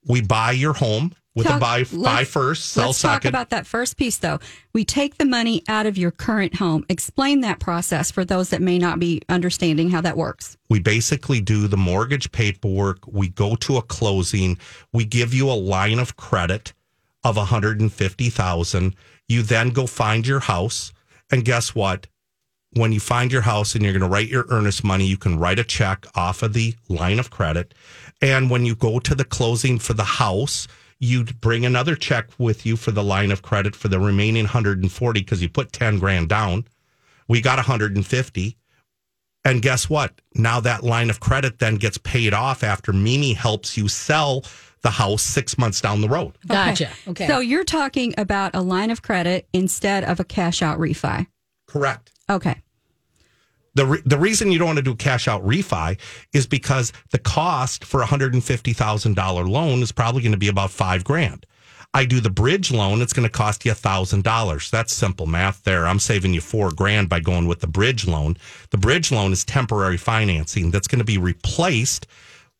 [SPEAKER 5] We buy your home with a
[SPEAKER 4] Talk-
[SPEAKER 5] buy
[SPEAKER 4] let's-
[SPEAKER 5] buy first, sell
[SPEAKER 4] let's talk
[SPEAKER 5] second.
[SPEAKER 4] about that first piece, though. We take the money out of your current home. Explain that process for those that may not be understanding how that works.
[SPEAKER 5] we basically do the mortgage paperwork. We go to a closing. We give you a line of credit of one hundred and fifty thousand. You then go find your house, and guess what? When you find your house and you're going to write your earnest money, you can write a check off of the line of credit. And when you go to the closing for the house, you bring another check with you for the line of credit for the remaining 140 because you put 10 grand down. We got 150. And guess what? Now that line of credit then gets paid off after Mimi helps you sell the house six months down the road.
[SPEAKER 3] Gotcha. Okay.
[SPEAKER 4] So you're talking about a line of credit instead of a cash out refi.
[SPEAKER 5] Correct.
[SPEAKER 4] Okay.
[SPEAKER 5] The, re- the reason you don't want to do cash out refi is because the cost for a $150,000 loan is probably going to be about five grand. I do the bridge loan, it's going to cost you $1,000. That's simple math there. I'm saving you four grand by going with the bridge loan. The bridge loan is temporary financing that's going to be replaced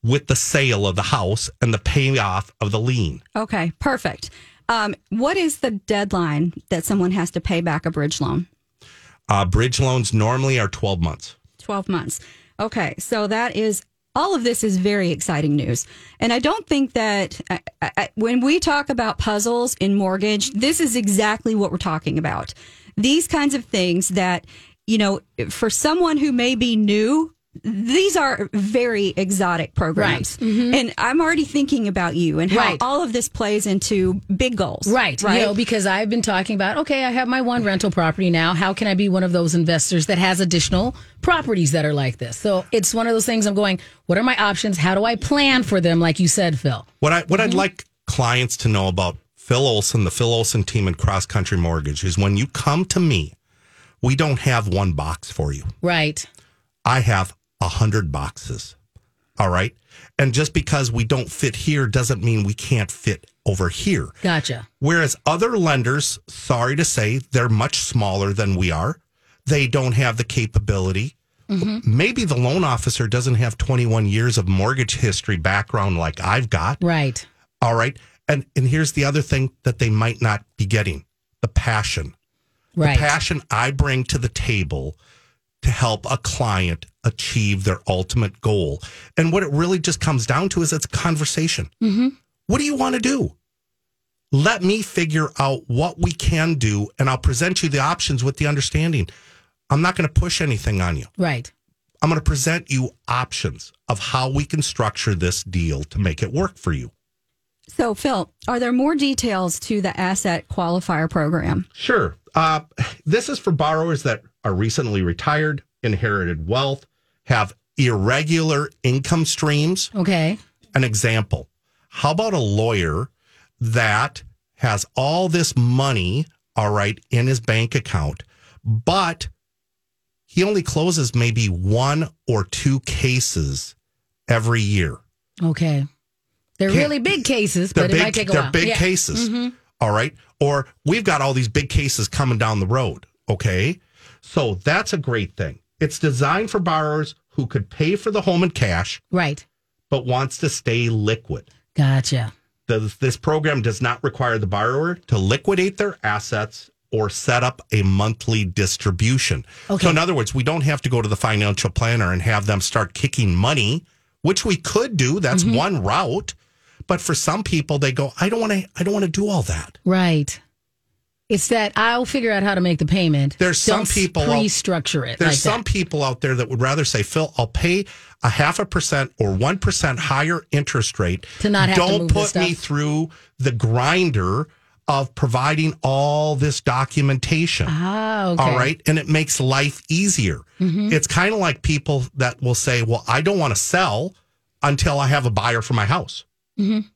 [SPEAKER 5] with the sale of the house and the payoff of the lien.
[SPEAKER 4] Okay. Perfect. Um, what is the deadline that someone has to pay back a bridge loan?
[SPEAKER 5] Uh, bridge loans normally are 12 months.
[SPEAKER 4] 12 months. Okay, so that is all of this is very exciting news. And I don't think that I, I, I- when we talk about puzzles in mortgage, this is exactly what we're talking about. These kinds of things that, you know, for someone who may be new, these are very exotic programs. And I'm already thinking about you and how
[SPEAKER 3] Mm-hmm. Right.
[SPEAKER 4] all of this plays into big goals.
[SPEAKER 3] Right, You know, because I've been talking about, okay, I have my one rental property now. How can I be one of those investors that has additional properties that are like this? So it's one of those things I'm going, what are my options? How do I plan for them? Like you said, Phil.
[SPEAKER 5] What I what I'd like clients to know about Phil Olson, the Phil Olson team in Cross Country Mortgage, is when you come to me, we don't have one box for you.
[SPEAKER 3] Right.
[SPEAKER 5] I have a hundred boxes. All right. And just because we don't fit here doesn't mean we can't fit over here.
[SPEAKER 3] Gotcha.
[SPEAKER 5] Whereas other lenders, sorry to say, they're much smaller than we are. They don't have the capability. Maybe the loan officer doesn't have 21 years of mortgage history background like I've got.
[SPEAKER 3] Right.
[SPEAKER 5] All right. And and here's the other thing that they might not be getting the passion.
[SPEAKER 3] Right.
[SPEAKER 5] The passion I bring to the table to help a client achieve their ultimate goal. And what it really just comes down to is it's conversation. What do you want to do? Let me figure out what we can do, and I'll present you the options with the understanding. I'm not going to push anything on you.
[SPEAKER 3] right.
[SPEAKER 5] I'm going to present you options of how we can structure this deal to make it work for you.
[SPEAKER 4] So, Phil, are there more details to the asset qualifier program?
[SPEAKER 5] Sure. Uh, this is for borrowers that are recently retired, inherited wealth, have irregular income streams.
[SPEAKER 3] Okay.
[SPEAKER 5] An example how about a lawyer that has all this money, all right, in his bank account, but he only closes maybe one or two cases every year?
[SPEAKER 3] Okay. They're
[SPEAKER 5] Can't-
[SPEAKER 3] really big cases,
[SPEAKER 5] They're
[SPEAKER 3] but it might
[SPEAKER 5] big,
[SPEAKER 3] take a
[SPEAKER 5] they're
[SPEAKER 3] while.
[SPEAKER 5] big
[SPEAKER 3] Yeah. Mm-hmm.
[SPEAKER 5] cases. all right. Or we've got all these big cases coming down the road. Okay. So that's a great thing. It's designed for borrowers who could pay for the home in cash,
[SPEAKER 3] Right.
[SPEAKER 5] but wants to stay liquid.
[SPEAKER 3] Gotcha.
[SPEAKER 5] Does, this program does not require the borrower to liquidate their assets or set up a monthly distribution.
[SPEAKER 3] Okay.
[SPEAKER 5] So, in other words, we don't have to go to the financial planner and have them start kicking money, which we could do. That's one route. But for some people, they go, I don't want to. I don't want to do all that.
[SPEAKER 3] Right. It's that I'll figure out how to make the payment.
[SPEAKER 5] There's
[SPEAKER 3] Don't
[SPEAKER 5] some people-
[SPEAKER 3] pre-structure it.
[SPEAKER 5] There's
[SPEAKER 3] like
[SPEAKER 5] some
[SPEAKER 3] that.
[SPEAKER 5] people out there that would rather say, Phil, I'll pay a half a percent or one percent higher interest rate.
[SPEAKER 3] To not have to
[SPEAKER 5] Don't
[SPEAKER 3] move
[SPEAKER 5] put
[SPEAKER 3] this
[SPEAKER 5] me
[SPEAKER 3] stuff."
[SPEAKER 5] through the grinder of providing all this documentation.
[SPEAKER 3] Ah, okay. Mm-hmm.
[SPEAKER 5] All right. And it makes life easier. It's kind of like people that will say, Well, I don't want to sell until I have a buyer for my house.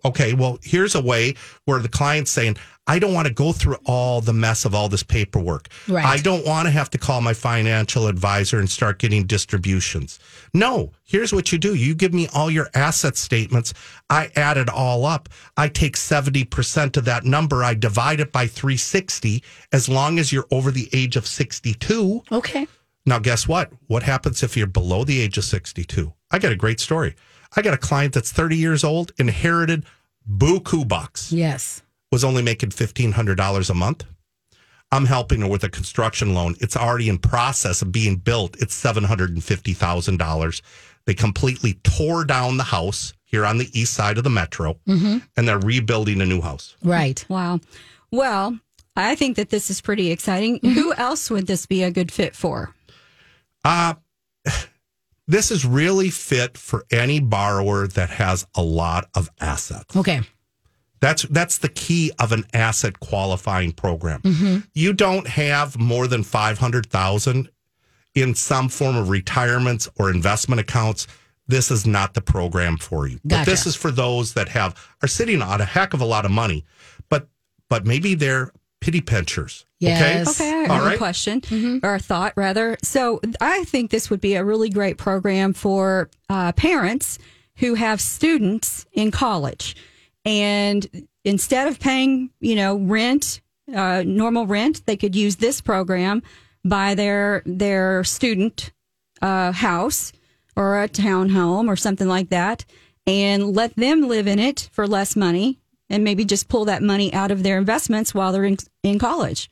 [SPEAKER 5] Okay. Well, here's a way where the client's saying, I don't want to go through all the mess of all this paperwork.
[SPEAKER 3] Right.
[SPEAKER 5] I don't want to have to call my financial advisor and start getting distributions. No, here's what you do you give me all your asset statements. I add it all up. I take 70% of that number, I divide it by 360. As long as you're over the age of 62,
[SPEAKER 3] Okay.
[SPEAKER 5] now, guess what? What happens if you're below the age of 62? I got a great story. I got a client that's 30 years old, inherited buku bucks,
[SPEAKER 3] Yes.
[SPEAKER 5] was only making $1,500 a month. I'm helping her with a construction loan. It's already in process of being built. It's $750,000. They completely tore down the house here on the east side of the metro and they're rebuilding a new house.
[SPEAKER 3] Right.
[SPEAKER 4] Wow. Well, I think that this is pretty exciting. Who else would this be a good fit for?
[SPEAKER 5] Uh, this is really fit for any borrower that has a lot of assets.
[SPEAKER 3] Okay.
[SPEAKER 5] That's that's the key of an asset qualifying program.
[SPEAKER 3] Mm-hmm.
[SPEAKER 5] You don't have more than 500,000 in some form of retirements or investment accounts. This is not the program for you. But
[SPEAKER 3] Gotcha.
[SPEAKER 5] this is for those that have are sitting on a heck of a lot of money, but but maybe they're pity pinchers.
[SPEAKER 3] Yes.
[SPEAKER 4] Okay, I have
[SPEAKER 5] All
[SPEAKER 4] a
[SPEAKER 5] right. Mm-hmm.
[SPEAKER 4] question or a thought rather. So I think this would be a really great program for uh, parents who have students in college, and instead of paying, you know, rent, uh, normal rent, they could use this program by their their student uh, house or a townhome or something like that, and let them live in it for less money. And maybe just pull that money out of their investments while they're in, in college.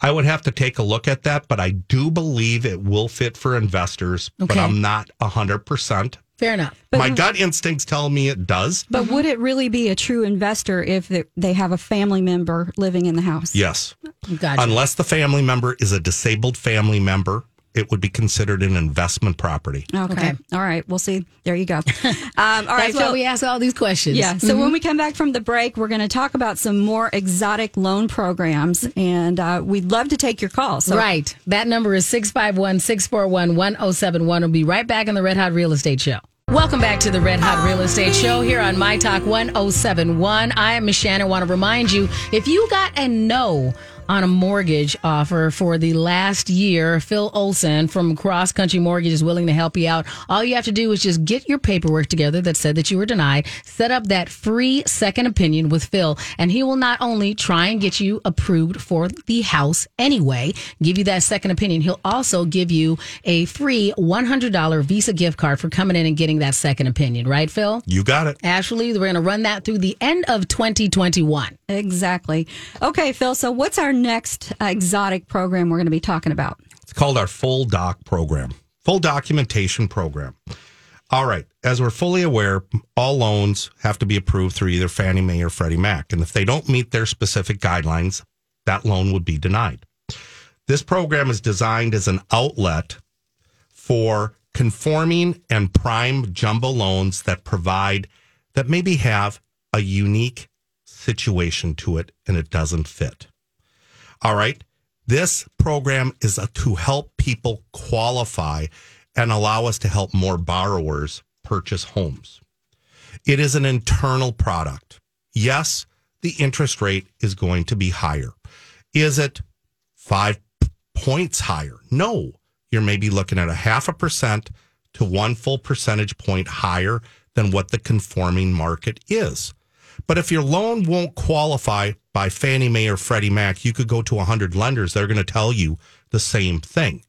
[SPEAKER 5] I would have to take a look at that, but I do believe it will fit for investors, but
[SPEAKER 3] Okay.
[SPEAKER 5] I'm not 100%.
[SPEAKER 3] Fair enough.
[SPEAKER 5] My gut instincts tell me it does.
[SPEAKER 4] But
[SPEAKER 3] Mm-hmm.
[SPEAKER 4] would it really be a true investor if th- they have a family member living in the house?
[SPEAKER 5] Yes.
[SPEAKER 3] Gotcha.
[SPEAKER 5] Unless the family member is a disabled family member, it would be considered an investment property.
[SPEAKER 4] Okay.
[SPEAKER 3] Okay.
[SPEAKER 4] All right. We'll see. There you go. Um, all right.
[SPEAKER 3] That's why
[SPEAKER 4] so-
[SPEAKER 3] we Mm-hmm. ask all these questions.
[SPEAKER 4] yeah. So when we come back from the break, we're going to talk about some more exotic loan programs, and uh, we'd love to take your calls. So
[SPEAKER 3] Right. That number is 651 641 1071. We'll be right back on the Red Hot Real Estate Show. Welcome back to the Red Hot Real Estate Show here on My Talk 1071. I am Miss Shannon. want to remind you if you got a no on a mortgage offer for the last year, Phil Olson from Cross Country Mortgage is willing to help you out. All you have to do is just get your paperwork together that said that you were denied, set up that free second opinion with Phil, and he will not only try and get you approved for the house anyway, give you that second opinion, he'll also give you a free $100 Visa gift card for coming in and getting that second opinion, right, Phil?
[SPEAKER 5] You got it.
[SPEAKER 3] Ashley, we're going to run that through the end of 2021.
[SPEAKER 4] Exactly. Okay, Phil. So what's our next uh, exotic program we're going to be talking about?
[SPEAKER 5] It's called our full doc program, full documentation program. All right. As we're fully aware, all loans have to be approved through either Fannie Mae or Freddie Mac. And if they don't meet their specific guidelines, that loan would be denied. This program is designed as an outlet for conforming and prime jumbo loans that provide, that maybe have a unique situation to it and it doesn't fit. All right. This program is a, to help people qualify and allow us to help more borrowers purchase homes. It is an internal product. Yes, the interest rate is going to be higher. Is it five p- points higher? No, you're maybe looking at a half a percent to one full percentage point higher than what the conforming market is. But if your loan won't qualify by Fannie Mae or Freddie Mac, you could go to 100 lenders. They're going to tell you the same thing.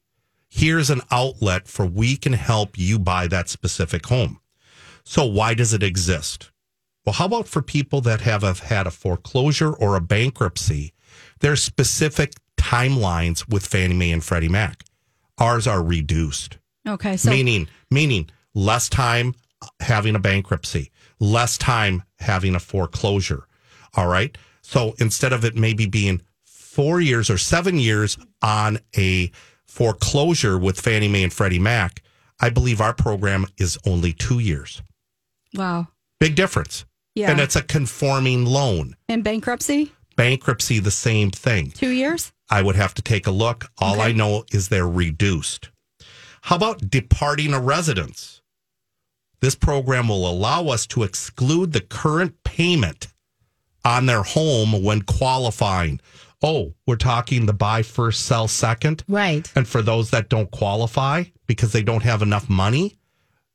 [SPEAKER 5] Here's an outlet for we can help you buy that specific home. So why does it exist? Well, how about for people that have, have had a foreclosure or a bankruptcy? There's specific timelines with Fannie Mae and Freddie Mac. Ours are reduced,
[SPEAKER 4] Okay, so
[SPEAKER 5] meaning meaning less time having a bankruptcy, less time having a foreclosure. All right. So instead of it maybe being four years or seven years on a foreclosure with Fannie Mae and Freddie Mac, I believe our program is only two years.
[SPEAKER 4] wow,
[SPEAKER 5] Big difference.
[SPEAKER 4] Yeah.
[SPEAKER 5] And it's a conforming loan.
[SPEAKER 4] and bankruptcy,
[SPEAKER 5] Bankruptcy, the same thing.
[SPEAKER 4] two years.
[SPEAKER 5] I would have to take a look. All I know is they're reduced. How about departing a residence? This program will allow us to exclude the current payment on their home when qualifying. Oh, we're talking the buy first, sell second.
[SPEAKER 3] Right.
[SPEAKER 5] And for those that don't qualify because they don't have enough money,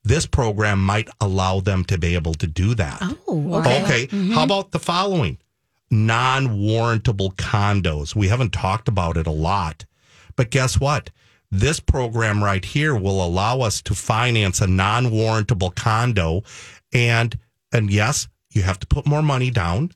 [SPEAKER 5] this program might allow them to be able to do that.
[SPEAKER 3] Oh,
[SPEAKER 5] Okay. How about the following? Non warrantable condos. We haven't talked about it a lot, but guess what? This program right here will allow us to finance a non warrantable condo. And, and yes, you have to put more money down.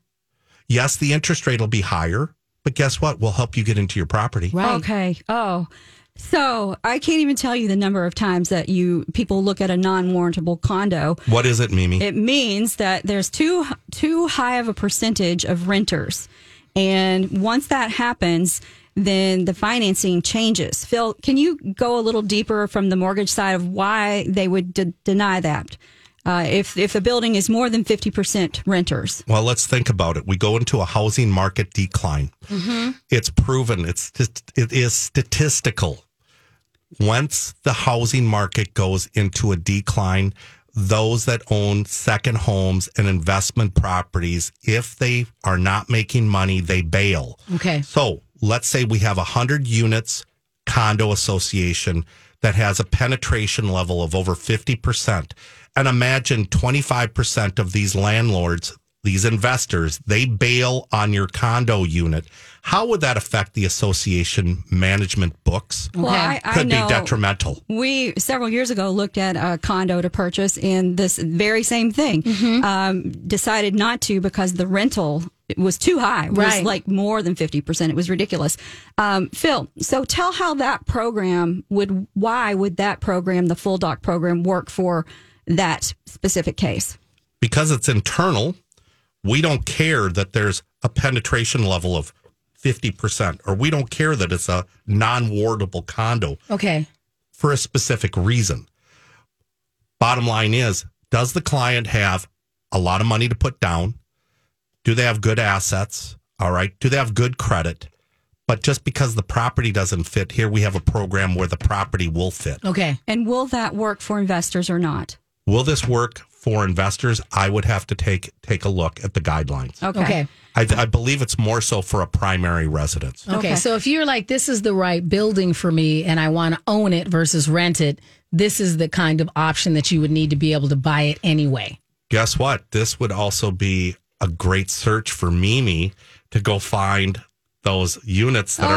[SPEAKER 5] Yes, the interest rate will be higher, but guess what? We'll help you get into your property.
[SPEAKER 3] right.
[SPEAKER 4] Okay. Oh. So I can't even tell you the number of times that you people look at a non-warrantable condo.
[SPEAKER 5] What is it, Mimi?
[SPEAKER 4] It means that there's too too high of a percentage of renters, and once that happens, then the financing changes. Phil, can you go a little deeper from the mortgage side of why they would de- deny that uh, if if a building is more than fifty percent renters?
[SPEAKER 5] Well, let's think about it. We go into a housing market decline. It's proven. It's just- it is statistical. Once the housing market goes into a decline, those that own second homes and investment properties, if they are not making money, they bail.
[SPEAKER 3] Okay.
[SPEAKER 5] So let's say we have a hundred units condo association that has a penetration level of over 50%. And imagine 25% of these landlords, these investors, they bail on your condo unit. How would that affect the association management books?
[SPEAKER 4] Well, I, I
[SPEAKER 5] Could
[SPEAKER 4] know
[SPEAKER 5] be detrimental.
[SPEAKER 4] we several years ago looked at a condo to purchase and this very same thing
[SPEAKER 3] Mm-hmm.
[SPEAKER 4] um, decided not to because the rental was too high It was
[SPEAKER 3] Right.
[SPEAKER 4] like more than 50% it was ridiculous um, phil so tell how that program would why would that program the full doc program work for that specific case
[SPEAKER 5] because it's internal, we don't care that there's a penetration level of 50%, or we don't care that it's a non wardable condo
[SPEAKER 3] Okay.
[SPEAKER 5] for a specific reason. Bottom line is, does the client have a lot of money to put down? Do they have good assets? All right. Do they have good credit? But just because the property doesn't fit, here we have a program where the property will fit.
[SPEAKER 3] Okay.
[SPEAKER 4] and will that work for investors or not
[SPEAKER 5] Will this work for investors? I would have to take take a look at the guidelines.
[SPEAKER 4] okay,
[SPEAKER 3] Okay.
[SPEAKER 5] I, I believe it's more so for a primary residence.
[SPEAKER 3] Okay. So if you're like, this is the right building for me and I want to own it versus rent it, this is the kind of option that you would need to be able to buy it anyway.
[SPEAKER 5] Guess what? This would also be a great search for Mimi to go find those units that are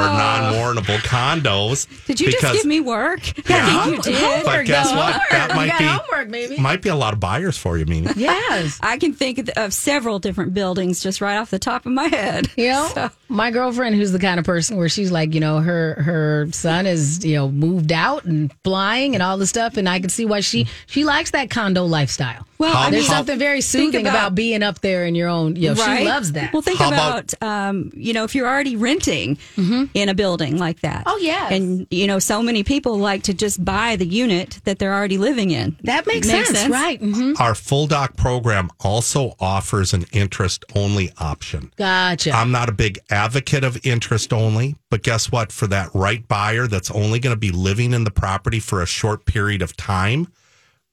[SPEAKER 5] non-warrantable condos.
[SPEAKER 4] Oh. did you just give me work
[SPEAKER 5] Yeah,
[SPEAKER 4] you did
[SPEAKER 5] But guess
[SPEAKER 3] though.
[SPEAKER 5] what? That
[SPEAKER 3] You
[SPEAKER 5] might
[SPEAKER 3] got
[SPEAKER 5] be
[SPEAKER 3] homework, maybe.
[SPEAKER 5] might be a lot of buyers for you, Mimi.
[SPEAKER 3] Yes.
[SPEAKER 4] I can think of several different buildings just right off the top of my head.
[SPEAKER 3] You know, my girlfriend, who's the kind of person where she's like, you know, her her son is you know moved out and flying and all this stuff, and I can see why she she likes that condo lifestyle.
[SPEAKER 4] Well, I
[SPEAKER 5] How-
[SPEAKER 4] mean,
[SPEAKER 3] There's something very soothing about,
[SPEAKER 4] about-
[SPEAKER 3] being up there in your own. You know,
[SPEAKER 4] right?
[SPEAKER 3] she loves that.
[SPEAKER 4] Well, think
[SPEAKER 5] How
[SPEAKER 4] about,
[SPEAKER 5] about-
[SPEAKER 4] um, you know, if you're already renting in a building like that.
[SPEAKER 3] Mm-hmm. Oh, yes.
[SPEAKER 4] And you know, so many people like to just buy the unit that they're already living in.
[SPEAKER 3] that makes, sense, right? hmm
[SPEAKER 4] Mm-hmm.
[SPEAKER 5] Our full doc program also offers an interest only option.
[SPEAKER 3] Gotcha.
[SPEAKER 5] I'm not a big advocate of interest only, but guess what? For that right buyer that's only going to be living in the property for a short period of time,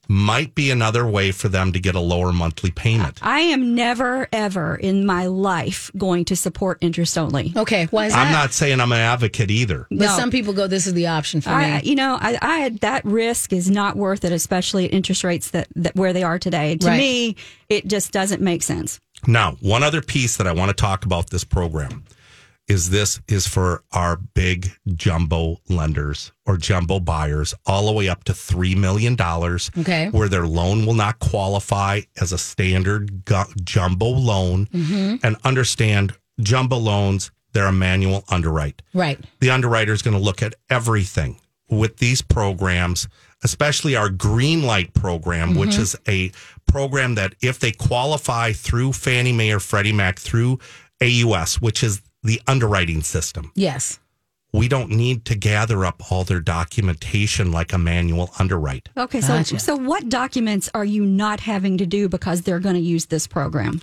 [SPEAKER 5] might be another way for them to get a lower monthly payment.
[SPEAKER 4] I am never ever in my life going to support interest only.
[SPEAKER 3] okay, why is that?
[SPEAKER 5] I'm not saying I'm an advocate either.
[SPEAKER 3] Oh, But
[SPEAKER 4] No.
[SPEAKER 3] some people go, this is the option for
[SPEAKER 4] I,
[SPEAKER 3] me.
[SPEAKER 4] you know, I, I that risk is not worth it, especially at interest rates that, that where they are today. To
[SPEAKER 3] Right.
[SPEAKER 4] me, it just doesn't make sense.
[SPEAKER 5] Now, one other piece that I want to talk about this program is this is for our big jumbo lenders or jumbo buyers all the way up to $3 million
[SPEAKER 3] Okay.
[SPEAKER 5] where their loan will not qualify as a standard gu- jumbo loan and understand jumbo loans they're a manual underwrite
[SPEAKER 3] Right.
[SPEAKER 5] the underwriter is going to look at everything with these programs, especially our green light program, which is a program that if they qualify through Fannie Mae or Freddie Mac through AUS, which is the underwriting system,
[SPEAKER 3] Yes.
[SPEAKER 5] we don't need to gather up all their documentation like a manual underwrite.
[SPEAKER 4] Okay, so
[SPEAKER 3] Gotcha.
[SPEAKER 4] so what documents are you not having to do because they're going to use this program?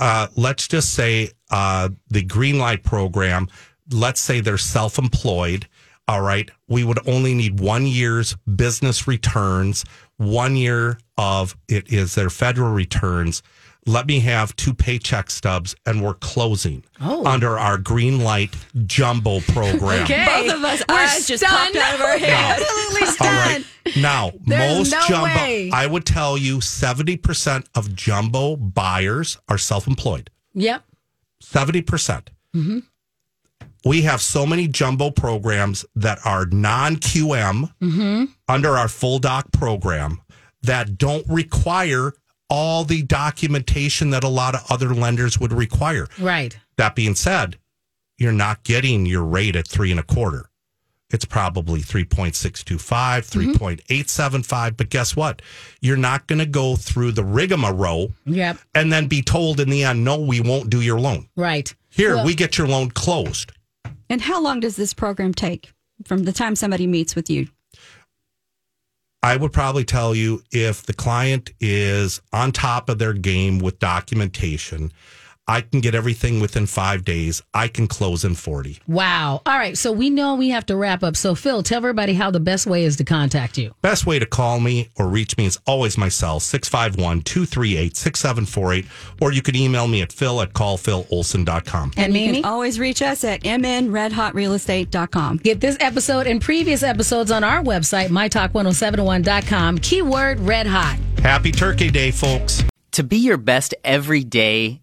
[SPEAKER 5] uh, let's just say uh, the green light program, let's say they're self employed. All right. We would only need one year's business returns, one year of it is their federal returns. Let me have two paycheck stubs and we're closing
[SPEAKER 3] Oh.
[SPEAKER 5] under our green light jumbo program.
[SPEAKER 4] Both of us eyes just popped out of our head.
[SPEAKER 3] Absolutely
[SPEAKER 5] All
[SPEAKER 3] stunned.
[SPEAKER 5] right. Now,
[SPEAKER 3] There's
[SPEAKER 5] most
[SPEAKER 3] no
[SPEAKER 5] jumbo,
[SPEAKER 3] way.
[SPEAKER 5] I would tell you 70% of jumbo buyers are self employed.
[SPEAKER 3] Yep.
[SPEAKER 5] seventy percent. We have so many jumbo programs that are non QM under our full doc program that don't require all the documentation that a lot of other lenders would require.
[SPEAKER 3] Right.
[SPEAKER 5] That being said, you're not getting your rate at three and a quarter. It's probably 3.625, 3.875. But guess what? You're not going to go through the rigmarole
[SPEAKER 3] Yep.
[SPEAKER 5] and then be told in the end, no, we won't do your loan.
[SPEAKER 3] Right.
[SPEAKER 5] Here, we get your loan closed.
[SPEAKER 4] And how long does this program take from the time somebody meets with you?
[SPEAKER 5] I would probably tell you if the client is on top of their game with documentation, I can get everything within five days. I can close in 40.
[SPEAKER 3] Wow. All right. So we know we have to wrap up. So Phil, tell everybody how the best way is to contact you.
[SPEAKER 5] Best way to call me or reach me is always my cell, 651 238 6748, or you can email me at phil at callphilolson.com.
[SPEAKER 3] And
[SPEAKER 4] You
[SPEAKER 3] Mimi,
[SPEAKER 4] can always reach us at mnredhotrealestate.com.
[SPEAKER 3] get this episode and previous episodes on our website, mytalk1071.com. Keyword red hot.
[SPEAKER 5] Happy Turkey Day, folks.
[SPEAKER 6] To be your best every day,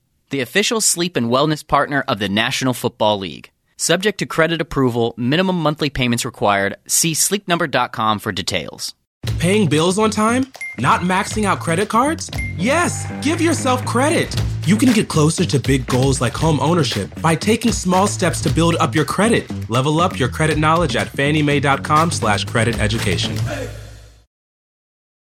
[SPEAKER 6] the official sleep and wellness partner of the National Football League. Subject to credit approval, minimum monthly payments required. See sleepnumber.com for details.
[SPEAKER 7] Paying bills on time? Not maxing out credit cards? Yes, give yourself credit. You can get closer to big goals like home ownership by taking small steps to build up your credit. Level up your credit knowledge at fanniemay.com slash credit education.